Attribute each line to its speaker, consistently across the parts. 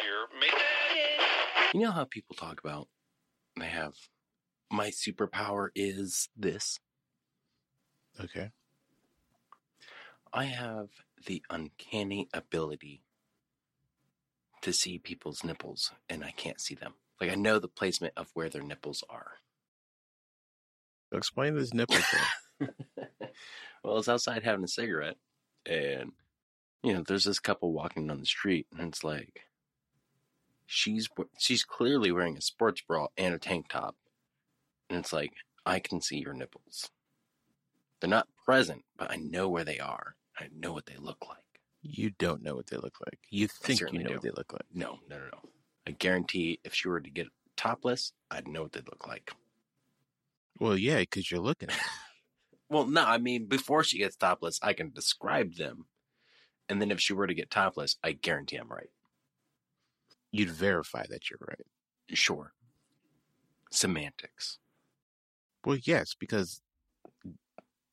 Speaker 1: Here, make You know how people talk about they have my superpower is this.
Speaker 2: Okay.
Speaker 1: I have the uncanny ability to see people's nipples and I can't see them. Like I know the placement of where their nipples are.
Speaker 2: So explain this nipple thing.
Speaker 1: well, I was outside having a cigarette, and you know, there's this couple walking down the street, and it's like she's she's clearly wearing a sports bra and a tank top, and it's like I can see your nipples. They're not present, but I know where they are. I know what they look like.
Speaker 2: You don't know what they look like. You think you
Speaker 1: certainly
Speaker 2: know
Speaker 1: do.
Speaker 2: what they look like.
Speaker 1: No, no, no, no. I guarantee if she were to get topless, I'd know what they look like.
Speaker 2: Well, yeah, because you're looking at them.
Speaker 1: Well, no, I mean, before she gets topless, I can describe them. And then if she were to get topless, I guarantee I'm right.
Speaker 2: You'd verify that you're right.
Speaker 1: Sure. Semantics.
Speaker 2: Well, yes, because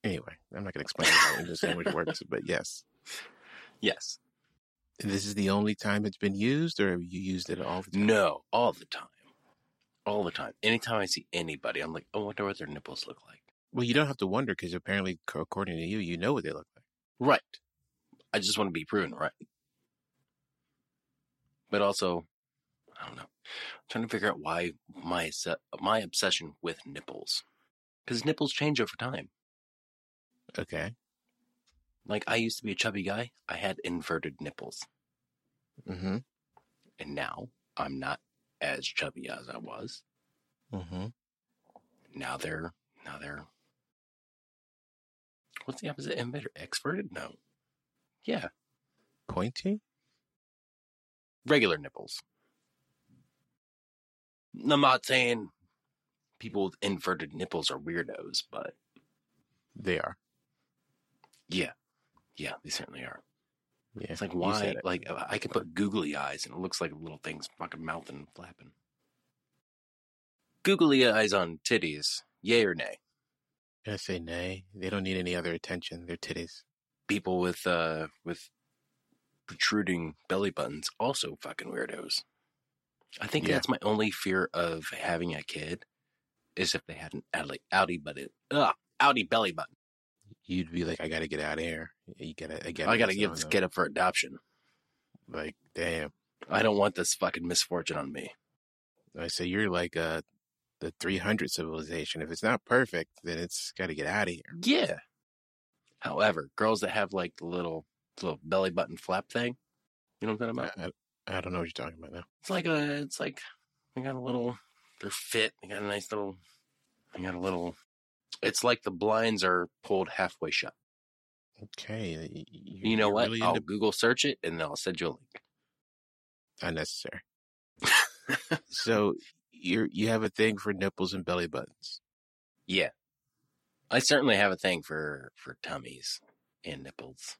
Speaker 2: anyway, I'm not going to explain how English language works, but yes.
Speaker 1: Yes.
Speaker 2: This is the only time it's been used, or have you used it all the time?
Speaker 1: No, all the time. All the time. Anytime I see anybody, I'm like, oh, I wonder what their nipples look like.
Speaker 2: Well, you don't have to wonder because apparently, c- according to you, you know what they look like.
Speaker 1: Right. I just want to be proven right. But also, I don't know. I'm trying to figure out why my se- my obsession with nipples. Because nipples change over time.
Speaker 2: Okay.
Speaker 1: Like I used to be a chubby guy. I had inverted nipples,
Speaker 2: Mm-hmm.
Speaker 1: and now I'm not as chubby as I was.
Speaker 2: Mm-hmm.
Speaker 1: Now they're now they're what's the opposite? Inverted, exverted? No, yeah,
Speaker 2: Pointy?
Speaker 1: regular nipples. And I'm not saying people with inverted nipples are weirdos, but
Speaker 2: They are.
Speaker 1: yeah, yeah, they certainly are.
Speaker 2: Yeah.
Speaker 1: It's like
Speaker 2: you
Speaker 1: why?
Speaker 2: said it.
Speaker 1: Like I can put googly eyes, and it looks like little things fucking mouthing, flapping. Googly eyes on titties, yay or nay?
Speaker 2: I say nay. They don't need any other attention. They're titties.
Speaker 1: People with uh with protruding belly buttons also fucking weirdos. I think
Speaker 2: Yeah.
Speaker 1: that's my only fear of having a kid is if they had an outy, outy button, ugh, outy belly button.
Speaker 2: You'd be like, I gotta get out of here. You gotta, I gotta,
Speaker 1: I gotta
Speaker 2: get
Speaker 1: give
Speaker 2: on
Speaker 1: this
Speaker 2: them.
Speaker 1: kid up for adoption.
Speaker 2: Like, damn.
Speaker 1: I don't want this fucking misfortune on me.
Speaker 2: I say you're like uh, the 300 civilization. If it's not perfect, then it's gotta get out of here.
Speaker 1: Yeah. However, girls that have like the little little belly button flap thing, you know what I'm talking about?
Speaker 2: I, I, I don't know what you're talking about now.
Speaker 1: It's like a, it's like they got a little, they're fit. They got a nice little, they got a little. It's like the blinds are pulled halfway shut.
Speaker 2: Okay. y-
Speaker 1: You know
Speaker 2: you're
Speaker 1: what?
Speaker 2: really
Speaker 1: I'll
Speaker 2: into-
Speaker 1: Google search it and then I'll send you a link.
Speaker 2: Oh. unnecessary. so you're you have a thing for nipples and belly buttons.
Speaker 1: Yeah, I certainly have a thing for for tummies and nipples.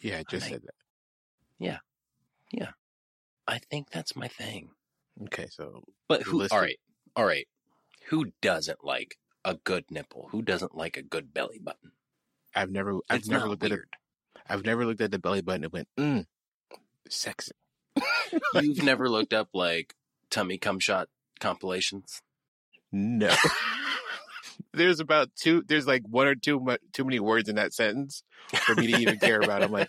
Speaker 2: Yeah, I just
Speaker 1: Alright.
Speaker 2: said that.
Speaker 1: I think that's my thing.
Speaker 2: Okay, so
Speaker 1: But
Speaker 2: The
Speaker 1: who?
Speaker 2: list
Speaker 1: All
Speaker 2: of-
Speaker 1: right, all right. Who doesn't like a good nipple? Who doesn't like a good belly button?
Speaker 2: I've never I've
Speaker 1: It's
Speaker 2: never
Speaker 1: not
Speaker 2: looked
Speaker 1: weird.
Speaker 2: at a, I've never looked at the belly button and went, mm, sexy.
Speaker 1: You've never looked up like tummy cum shot compilations.
Speaker 2: No. there's about two there's like one or two mu- too many words in that sentence for me to even care about. I'm like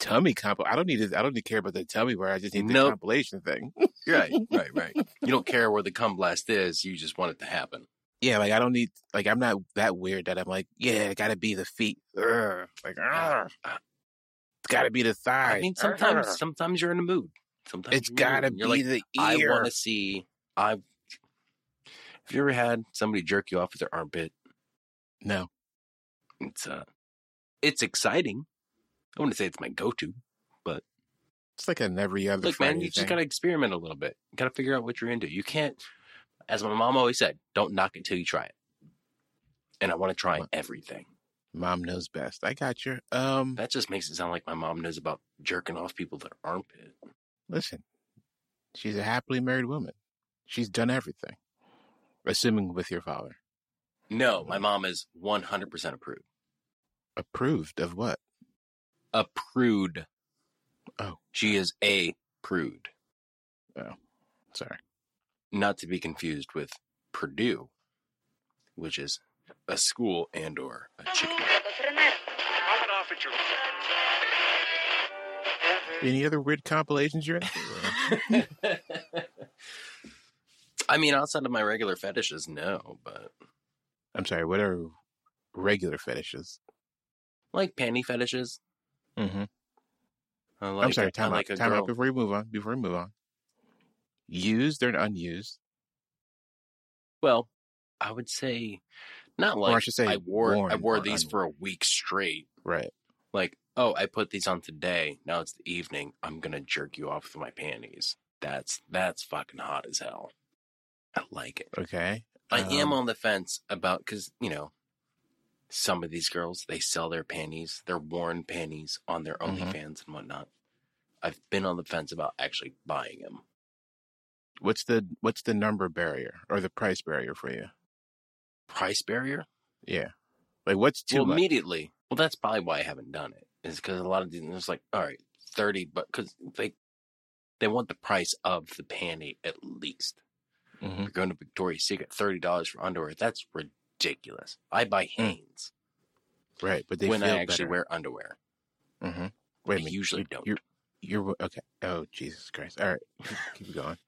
Speaker 2: tummy comp I don't need to I don't need to care about the tummy part. I just need the
Speaker 1: Nope.
Speaker 2: compilation thing.
Speaker 1: right, right, right. You don't care where the cum blast is. You just want it to happen.
Speaker 2: Yeah, like I don't need like I'm not that weird that I'm like, yeah, it gotta be the feet. Ugh. Like ugh. it's gotta be the thigh.
Speaker 1: I mean, sometimes,
Speaker 2: Ugh.
Speaker 1: sometimes you're in a mood. Sometimes
Speaker 2: it's
Speaker 1: you're in a mood
Speaker 2: gotta
Speaker 1: and
Speaker 2: be
Speaker 1: you're like,
Speaker 2: the
Speaker 1: I
Speaker 2: ear.
Speaker 1: want to see. I. Have you ever had somebody jerk you off with their armpit?
Speaker 2: No.
Speaker 1: It's uh, it's exciting. I wouldn't say it's my go-to.
Speaker 2: It's like an every other
Speaker 1: Look,
Speaker 2: Friday
Speaker 1: man, you
Speaker 2: thing.
Speaker 1: just gotta experiment a little bit. You gotta figure out what you're into. You can't, as my mom always said, don't knock it till you try it. And I want to try
Speaker 2: What?
Speaker 1: everything.
Speaker 2: Mom knows best. I got you. Um
Speaker 1: That just makes it sound like my mom knows about jerking off people that armpit.
Speaker 2: listen. She's a happily married woman. She's done everything. Assuming with your father. Mm-hmm.
Speaker 1: No, my mom is 100% approved.
Speaker 2: Approved of what?
Speaker 1: A prude.
Speaker 2: Oh.
Speaker 1: She is a prude,
Speaker 2: Sorry.
Speaker 1: not to be confused with Purdue, which is a school and or a chicken.
Speaker 3: I'm an officer.
Speaker 2: Any other weird compilations you're into?
Speaker 1: I mean, outside of my regular fetishes, no, but
Speaker 2: I'm sorry. What are regular fetishes?
Speaker 1: like panty fetishes.
Speaker 2: Mm-hmm.
Speaker 1: I like,
Speaker 2: I'm sorry.
Speaker 1: I
Speaker 2: Time
Speaker 1: like
Speaker 2: out.
Speaker 1: a
Speaker 2: Time
Speaker 1: girl.
Speaker 2: out. Before we move on. Before we move on. Used or unused,
Speaker 1: Well, I would say not like
Speaker 2: or I should say,
Speaker 1: I wore I
Speaker 2: worn
Speaker 1: wore
Speaker 2: or
Speaker 1: these
Speaker 2: unworn.
Speaker 1: for a week straight.
Speaker 2: right.
Speaker 1: Like, oh, I put these on today. Now it's the evening. I'm gonna jerk you off with my panties. That's that's fucking hot as hell. I like it.
Speaker 2: Okay.
Speaker 1: I am
Speaker 2: Um,
Speaker 1: on the fence about because you know some of these girls they sell their panties, their worn panties on their
Speaker 2: Mhm.
Speaker 1: OnlyFans and whatnot. I've been on the fence about actually buying them.
Speaker 2: What's the what's the number barrier or the price barrier for you?
Speaker 1: Price barrier?
Speaker 2: Yeah. Like what's too
Speaker 1: well,
Speaker 2: much?
Speaker 1: immediately. Well, that's probably why I haven't done it. Is because a lot of these, it's like, all right, thirty, but because they they want the price of the panty at least.
Speaker 2: Mhm.
Speaker 1: You're going to Victoria's Secret, thirty dollars for underwear. That's ridiculous. I buy Hanes
Speaker 2: Right, but they
Speaker 1: when
Speaker 2: feel
Speaker 1: I actually
Speaker 2: better.
Speaker 1: wear underwear.
Speaker 2: Mm-hmm. Wait
Speaker 1: I
Speaker 2: a minute.
Speaker 1: usually
Speaker 2: you-
Speaker 1: don't.
Speaker 2: You're, you're okay. Oh Jesus Christ! All right, keep going.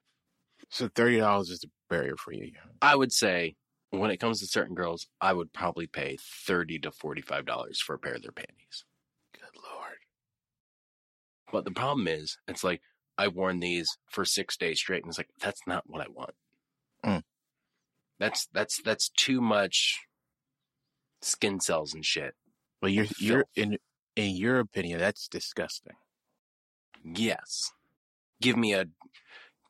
Speaker 2: So thirty dollars is the barrier for you.
Speaker 1: I would say when it comes to certain girls, I would probably pay thirty to forty five dollars for a pair of their panties.
Speaker 2: Good lord.
Speaker 1: But the problem is, it's like I worn these for six days straight, and it's like that's not what I want.
Speaker 2: Mm.
Speaker 1: That's that's that's too much skin cells and shit.
Speaker 2: Well, you're
Speaker 1: Filth.
Speaker 2: you're in in your opinion that's disgusting.
Speaker 1: Yes, give me a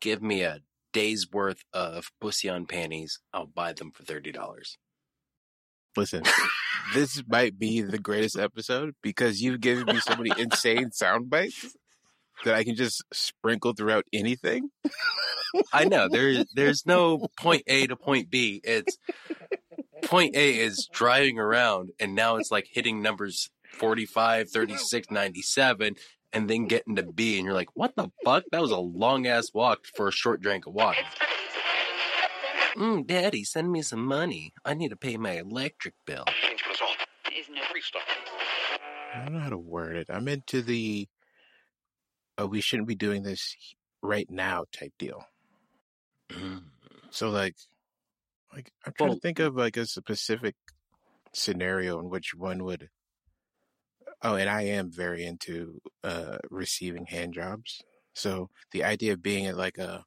Speaker 1: give me a day's worth of pussy on panties. I'll buy them for thirty dollars.
Speaker 2: Listen, this might be the greatest episode because you've given me so many insane sound bites that I can just sprinkle throughout anything.
Speaker 1: I know there there's no point A to point B. It's point A is driving around and now it's like hitting numbers 45, 36, 97 and then getting to B and you're like, "What the fuck? That was a long ass walk for a short drink of water." Mm, daddy, send me some money. I need to pay my electric bill.
Speaker 3: Change for us all. Free stuff.
Speaker 2: I don't know how to word it. I'm into the oh, we shouldn't be doing this right now type deal.
Speaker 1: Mm.
Speaker 2: So like, like I'm trying
Speaker 1: Well-
Speaker 2: to think of like a specific scenario in which one would. Oh, and I am very into uh, receiving hand jobs. So the idea of being at like a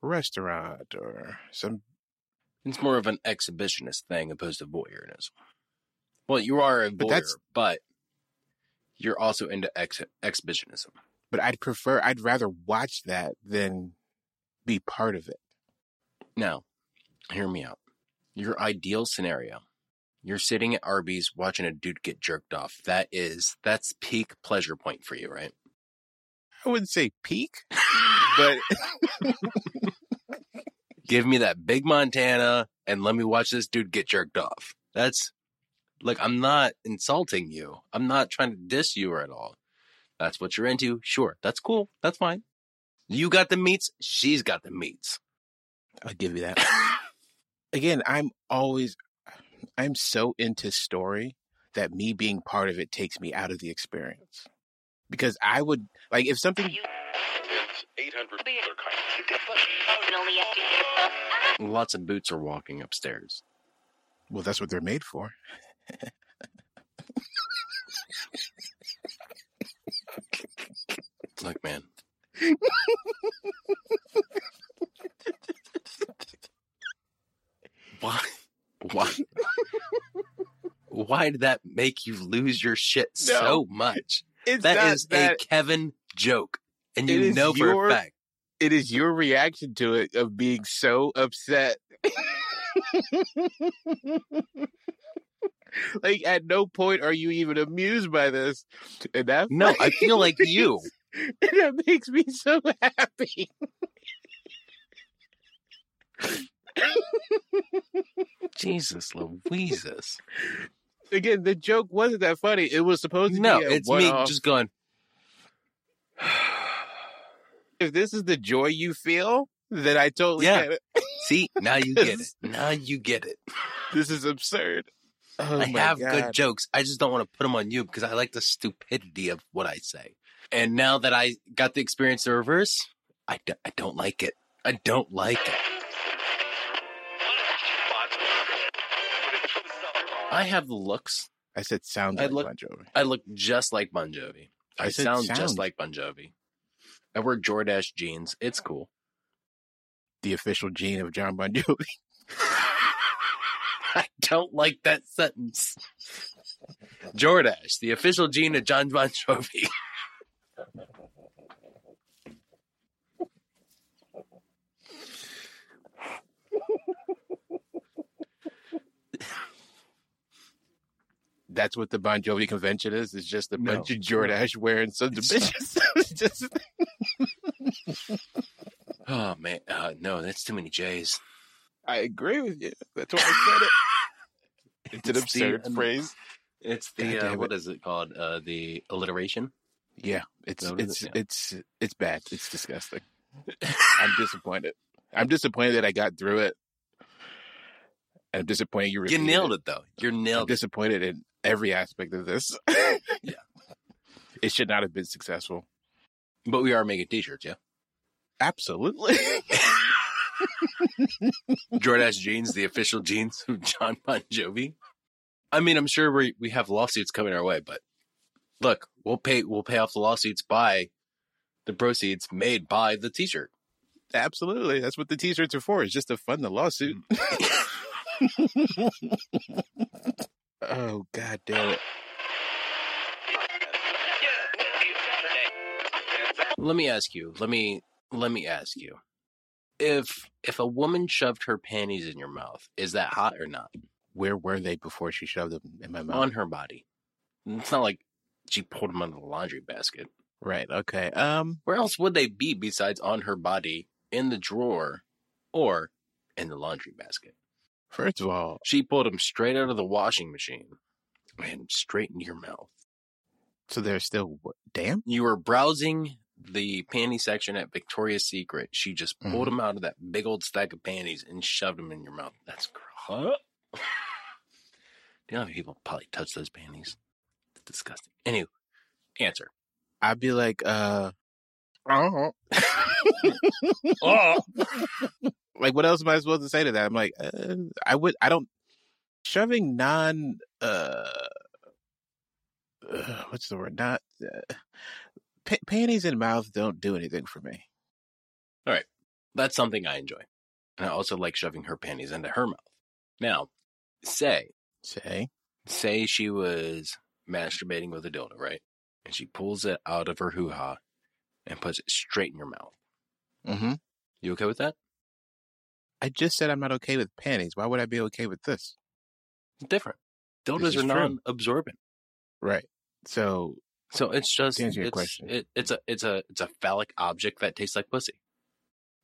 Speaker 2: restaurant or some
Speaker 1: It's more of an exhibitionist thing opposed to voyeurism. Well, you are a voyeur,
Speaker 2: But
Speaker 1: but,
Speaker 2: that's-
Speaker 1: you're also into ex- exhibitionism.
Speaker 2: but I'd prefer I'd rather watch that than be part of it.
Speaker 1: Now, hear me out. Your ideal scenario. You're sitting at Arby's watching a dude get jerked off. That is that's peak pleasure point for you, right?
Speaker 2: I wouldn't say peak, but
Speaker 1: Give me that big Montana and let me watch this dude get jerked off. That's like I'm not insulting you. I'm not trying to diss you at all. That's what you're into. Sure, that's cool. That's fine. You got the meats, she's got the meats.
Speaker 2: I'll give you that. Again, I'm always I'm so into story that me being part of it takes me out of the experience. Because I would like if something
Speaker 3: It's 800 other kinds.
Speaker 1: Lots of boots are walking upstairs.
Speaker 2: well, that's what they're made for.
Speaker 1: Look, man. why? Why? Why did that make you lose your shit so much?
Speaker 2: It's
Speaker 1: that
Speaker 2: not
Speaker 1: is
Speaker 2: that-
Speaker 1: a Kevin joke, and
Speaker 2: It
Speaker 1: you
Speaker 2: is
Speaker 1: know for
Speaker 2: your-
Speaker 1: a fact.
Speaker 2: it is your reaction to it of being so upset. like at no point are you even amused by this. And that
Speaker 1: No, I feel like you.
Speaker 2: and that makes me so happy.
Speaker 1: Jesus, Louises.
Speaker 2: again, the joke wasn't that funny. It was supposed to
Speaker 1: No,
Speaker 2: be a
Speaker 1: it's me
Speaker 2: one-off.
Speaker 1: just going.
Speaker 2: if this is the joy you feel, then I totally
Speaker 1: Yeah.
Speaker 2: get it.
Speaker 1: See, now you get it. Now you get it.
Speaker 2: This is absurd. Oh
Speaker 1: I
Speaker 2: my
Speaker 1: have good
Speaker 2: God.
Speaker 1: jokes. I just don't want to put them on you because I like the stupidity of what I say. And now that I got the experience the reverse, I, d- I don't like it. I don't like it. I have the looks.
Speaker 2: I said sound
Speaker 1: I
Speaker 2: like
Speaker 1: look-
Speaker 2: Bon Jovi.
Speaker 1: I look just like Bon Jovi. I,
Speaker 2: I said
Speaker 1: sound, just
Speaker 2: sound.
Speaker 1: like Bon Jovi. I wear Jordache jeans. It's cool.
Speaker 2: The official gene of John Bon Jovi.
Speaker 1: I don't like that sentence. Jordache, the official gene of John Bon Jovi.
Speaker 2: That's what the Bon Jovi convention is. It's just a
Speaker 1: No.
Speaker 2: bunch of Jordache wearing sons of bitches. It's just,
Speaker 1: Oh man, uh, no, that's too many J's.
Speaker 2: I agree with you. That's why I said it. It's an
Speaker 1: It's the-
Speaker 2: absurd phrase.
Speaker 1: It's
Speaker 2: God
Speaker 1: the uh,
Speaker 2: damn it.
Speaker 1: what is it called? Uh, the alliteration.
Speaker 2: Yeah, it's
Speaker 1: That what it
Speaker 2: it's
Speaker 1: is? Yeah.
Speaker 2: it's it's bad. It's disgusting. I'm disappointed. I'm disappointed that I got through it. And I'm disappointed you.
Speaker 1: You nailed it though. You're
Speaker 2: I'm
Speaker 1: nailed. it.
Speaker 2: disappointed in every aspect of this.
Speaker 1: Yeah.
Speaker 2: it should not have been successful.
Speaker 1: But we are making t-shirts, yeah.
Speaker 2: Absolutely.
Speaker 1: Jordache jeans, the official jeans of John Bon Jovi. I mean, I'm sure we we have lawsuits coming our way, but look, we'll pay we'll pay off the lawsuits by the proceeds made by the t-shirt.
Speaker 2: Absolutely. That's what the t-shirts are for. It's just to fund the lawsuit.
Speaker 1: Mm.
Speaker 2: oh god damn it.
Speaker 1: Let me ask you. Let me let me ask you. If if a woman shoved her panties in your mouth, is that hot or not?
Speaker 2: Where were they before she shoved them in my mouth?
Speaker 1: on her body. It's not like she pulled them out of the laundry basket.
Speaker 2: Right. Okay. Um
Speaker 1: Where else would they be besides on her body, in the drawer, or in the laundry basket?
Speaker 2: first of all,
Speaker 1: She pulled them straight out of the washing machine and straight in your mouth.
Speaker 2: so they're still what, damn?
Speaker 1: You were browsing the panty section at Victoria's Secret. She just pulled them out of that big old stack of panties and shoved them in your mouth. That's gross. Do you know how many people probably touch those panties? It's disgusting. Anyway, answer.
Speaker 2: I'd be like uh oh.
Speaker 1: Oh,
Speaker 2: like what else am I supposed to say to that? I'm like uh, I would I don't shoving non uh, uh what's the word? Not uh, pa- panties in mouth don't do anything for me.
Speaker 1: That's something I enjoy. And I also like shoving her panties into her mouth. Now, say,
Speaker 2: Say
Speaker 1: say she was masturbating with a dildo, right? And she pulls it out of her hoo ha and puts it straight in your mouth.
Speaker 2: Mm-hmm.
Speaker 1: You okay with that?
Speaker 2: I just said I'm not okay with panties. Why would I be okay with this?
Speaker 1: It's different.
Speaker 2: This
Speaker 1: Dildos
Speaker 2: is
Speaker 1: are
Speaker 2: true.
Speaker 1: non absorbent.
Speaker 2: Right. So
Speaker 1: So it's just
Speaker 2: To answer your
Speaker 1: it's,
Speaker 2: question.
Speaker 1: It, it's a it's a it's a phallic object that tastes like pussy.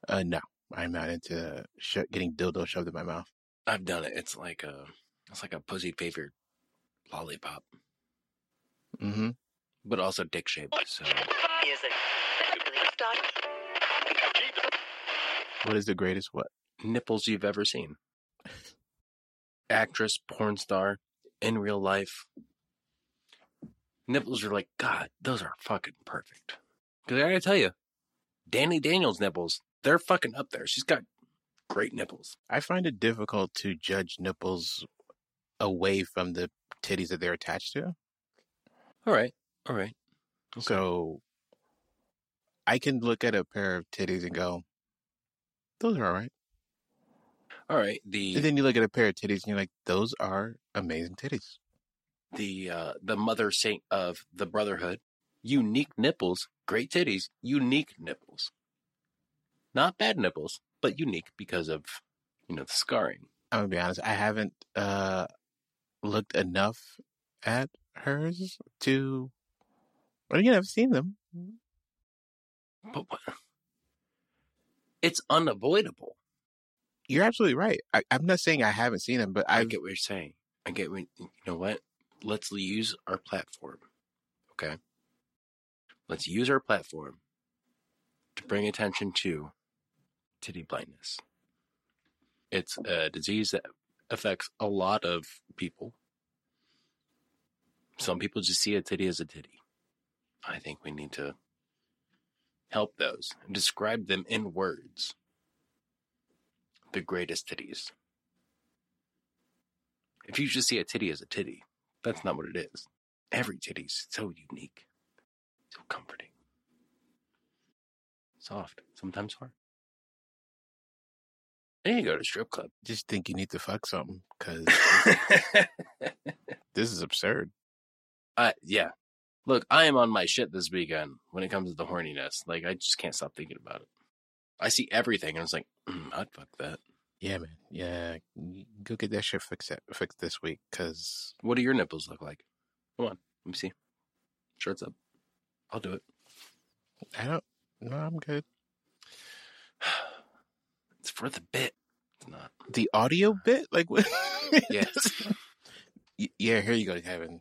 Speaker 2: uh no, I'm not into sho getting dildo shoved in my mouth.
Speaker 1: I've done it. It's like a it's like a pussy flavored lollipop,
Speaker 2: Mm-hmm.
Speaker 1: but also dick shaped. So
Speaker 2: What is the greatest what?
Speaker 1: nipples you've ever seen. Actress, porn star, in real life. Nipples are like, God, those are fucking perfect. Because I gotta tell you, Danny Daniels' nipples, they're fucking up there. She's got great nipples.
Speaker 2: I find it difficult to judge nipples away from the titties that they're attached to.
Speaker 1: All right. All right. Okay.
Speaker 2: So I can look at a pair of titties and go, those are all right.
Speaker 1: All right. The
Speaker 2: And then you look at a pair of titties and you're like, those are amazing titties.
Speaker 1: the uh, the mother saint of the brotherhood. Unique nipples, great titties, unique nipples. Not bad nipples, but unique because of you know the scarring.
Speaker 2: I'm gonna be honest, I haven't uh looked enough at hers to but again, I've seen them.
Speaker 1: But what? It's unavoidable.
Speaker 2: You're absolutely right. I, I'm not saying I haven't seen them, but
Speaker 1: I,
Speaker 2: I've
Speaker 1: get what you're saying. I get what you know. What let's use our platform. Okay. Let's use our platform to bring attention to titty blindness. It's a disease that affects a lot of people. Some people just see a titty as a titty. I think we need to help those and describe them in words. The greatest titties. If you just see a titty as a titty, that's not what it is. Every titty's so unique, so comforting, soft, sometimes hard. Then you go to strip club.
Speaker 2: Just think you need to fuck something because this is absurd.
Speaker 1: I yeah. Look, I am on my shit this weekend when it comes to the horniness. Like I just can't stop thinking about it. I see everything and I was like, mm, I'd fuck that.
Speaker 2: Yeah, man. Yeah, go get that shit fixed fixed this week because
Speaker 1: What do your nipples look like? Come on, let me see. Shirts up. I'll do it.
Speaker 2: I don't. No, I'm good.
Speaker 1: It's for the bit. It's not.
Speaker 2: The audio bit, like what?
Speaker 1: Yeah.
Speaker 2: Y- yeah. Here you go, Kevin.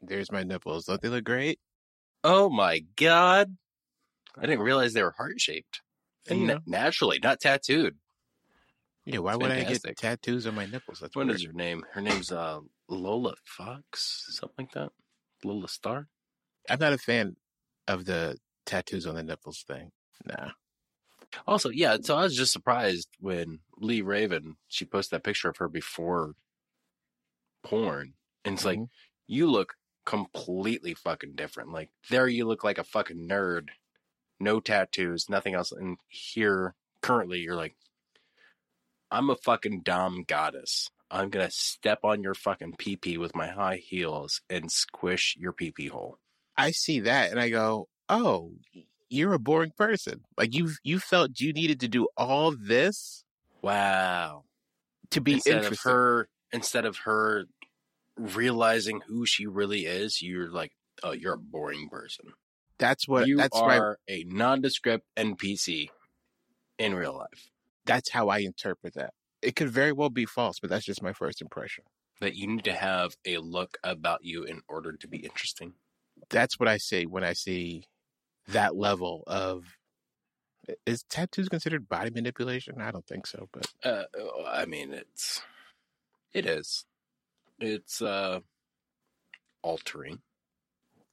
Speaker 2: There's my nipples. Don't they look great?
Speaker 1: Oh my god. I didn't realize they were heart shaped. And
Speaker 2: You
Speaker 1: na-
Speaker 2: know?
Speaker 1: naturally, not tattooed.
Speaker 2: Yeah. Why
Speaker 1: It's
Speaker 2: would I
Speaker 1: fantastic.
Speaker 2: get tattoos on my nipples? That's
Speaker 1: What
Speaker 2: weird.
Speaker 1: is her name? Her name's uh Lola Fox, something like that. Lola Star.
Speaker 2: I'm not a fan of the tattoos on the nipples thing. Nah.
Speaker 1: Also, yeah, so I was just surprised when Lee Raven she posted that picture of her before porn. And it's like,
Speaker 2: Mhm.
Speaker 1: you look completely fucking different. Like there you look like a fucking nerd. No tattoos, nothing else. And here currently you're like, I'm a fucking Dom goddess. I'm gonna step on your fucking pee pee with my high heels and squish your pee pee hole.
Speaker 2: I see that and I go, oh, you're a boring person. Like you, you felt you needed to do all this
Speaker 1: Wow.
Speaker 2: to be
Speaker 1: instead of
Speaker 2: interesting.
Speaker 1: her instead of her realizing who she really is, you're like, oh, you're a boring person.
Speaker 2: that's what.
Speaker 1: you
Speaker 2: that's my.
Speaker 1: are a nondescript NPC in real life.
Speaker 2: That's how I interpret that. It could very well be false, but that's just my first impression.
Speaker 1: That you need to have a look about you in order to be interesting.
Speaker 2: That's what I see when I see that level of. Is tattoos considered body manipulation? I don't think so, but
Speaker 1: Uh, I mean, it's it is. It's uh altering.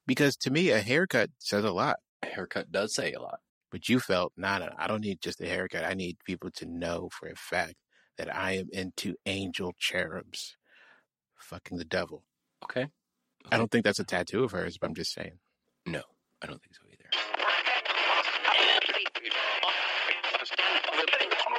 Speaker 2: because to me, a haircut says a lot.
Speaker 1: A haircut does say a lot.
Speaker 2: But you felt, nah, nah, I don't need just a haircut. I need people to know for a fact that I am into angel cherubs fucking the devil.
Speaker 1: Okay.
Speaker 2: I don't think that's a tattoo of hers, but I'm just saying.
Speaker 1: No, I don't think so either.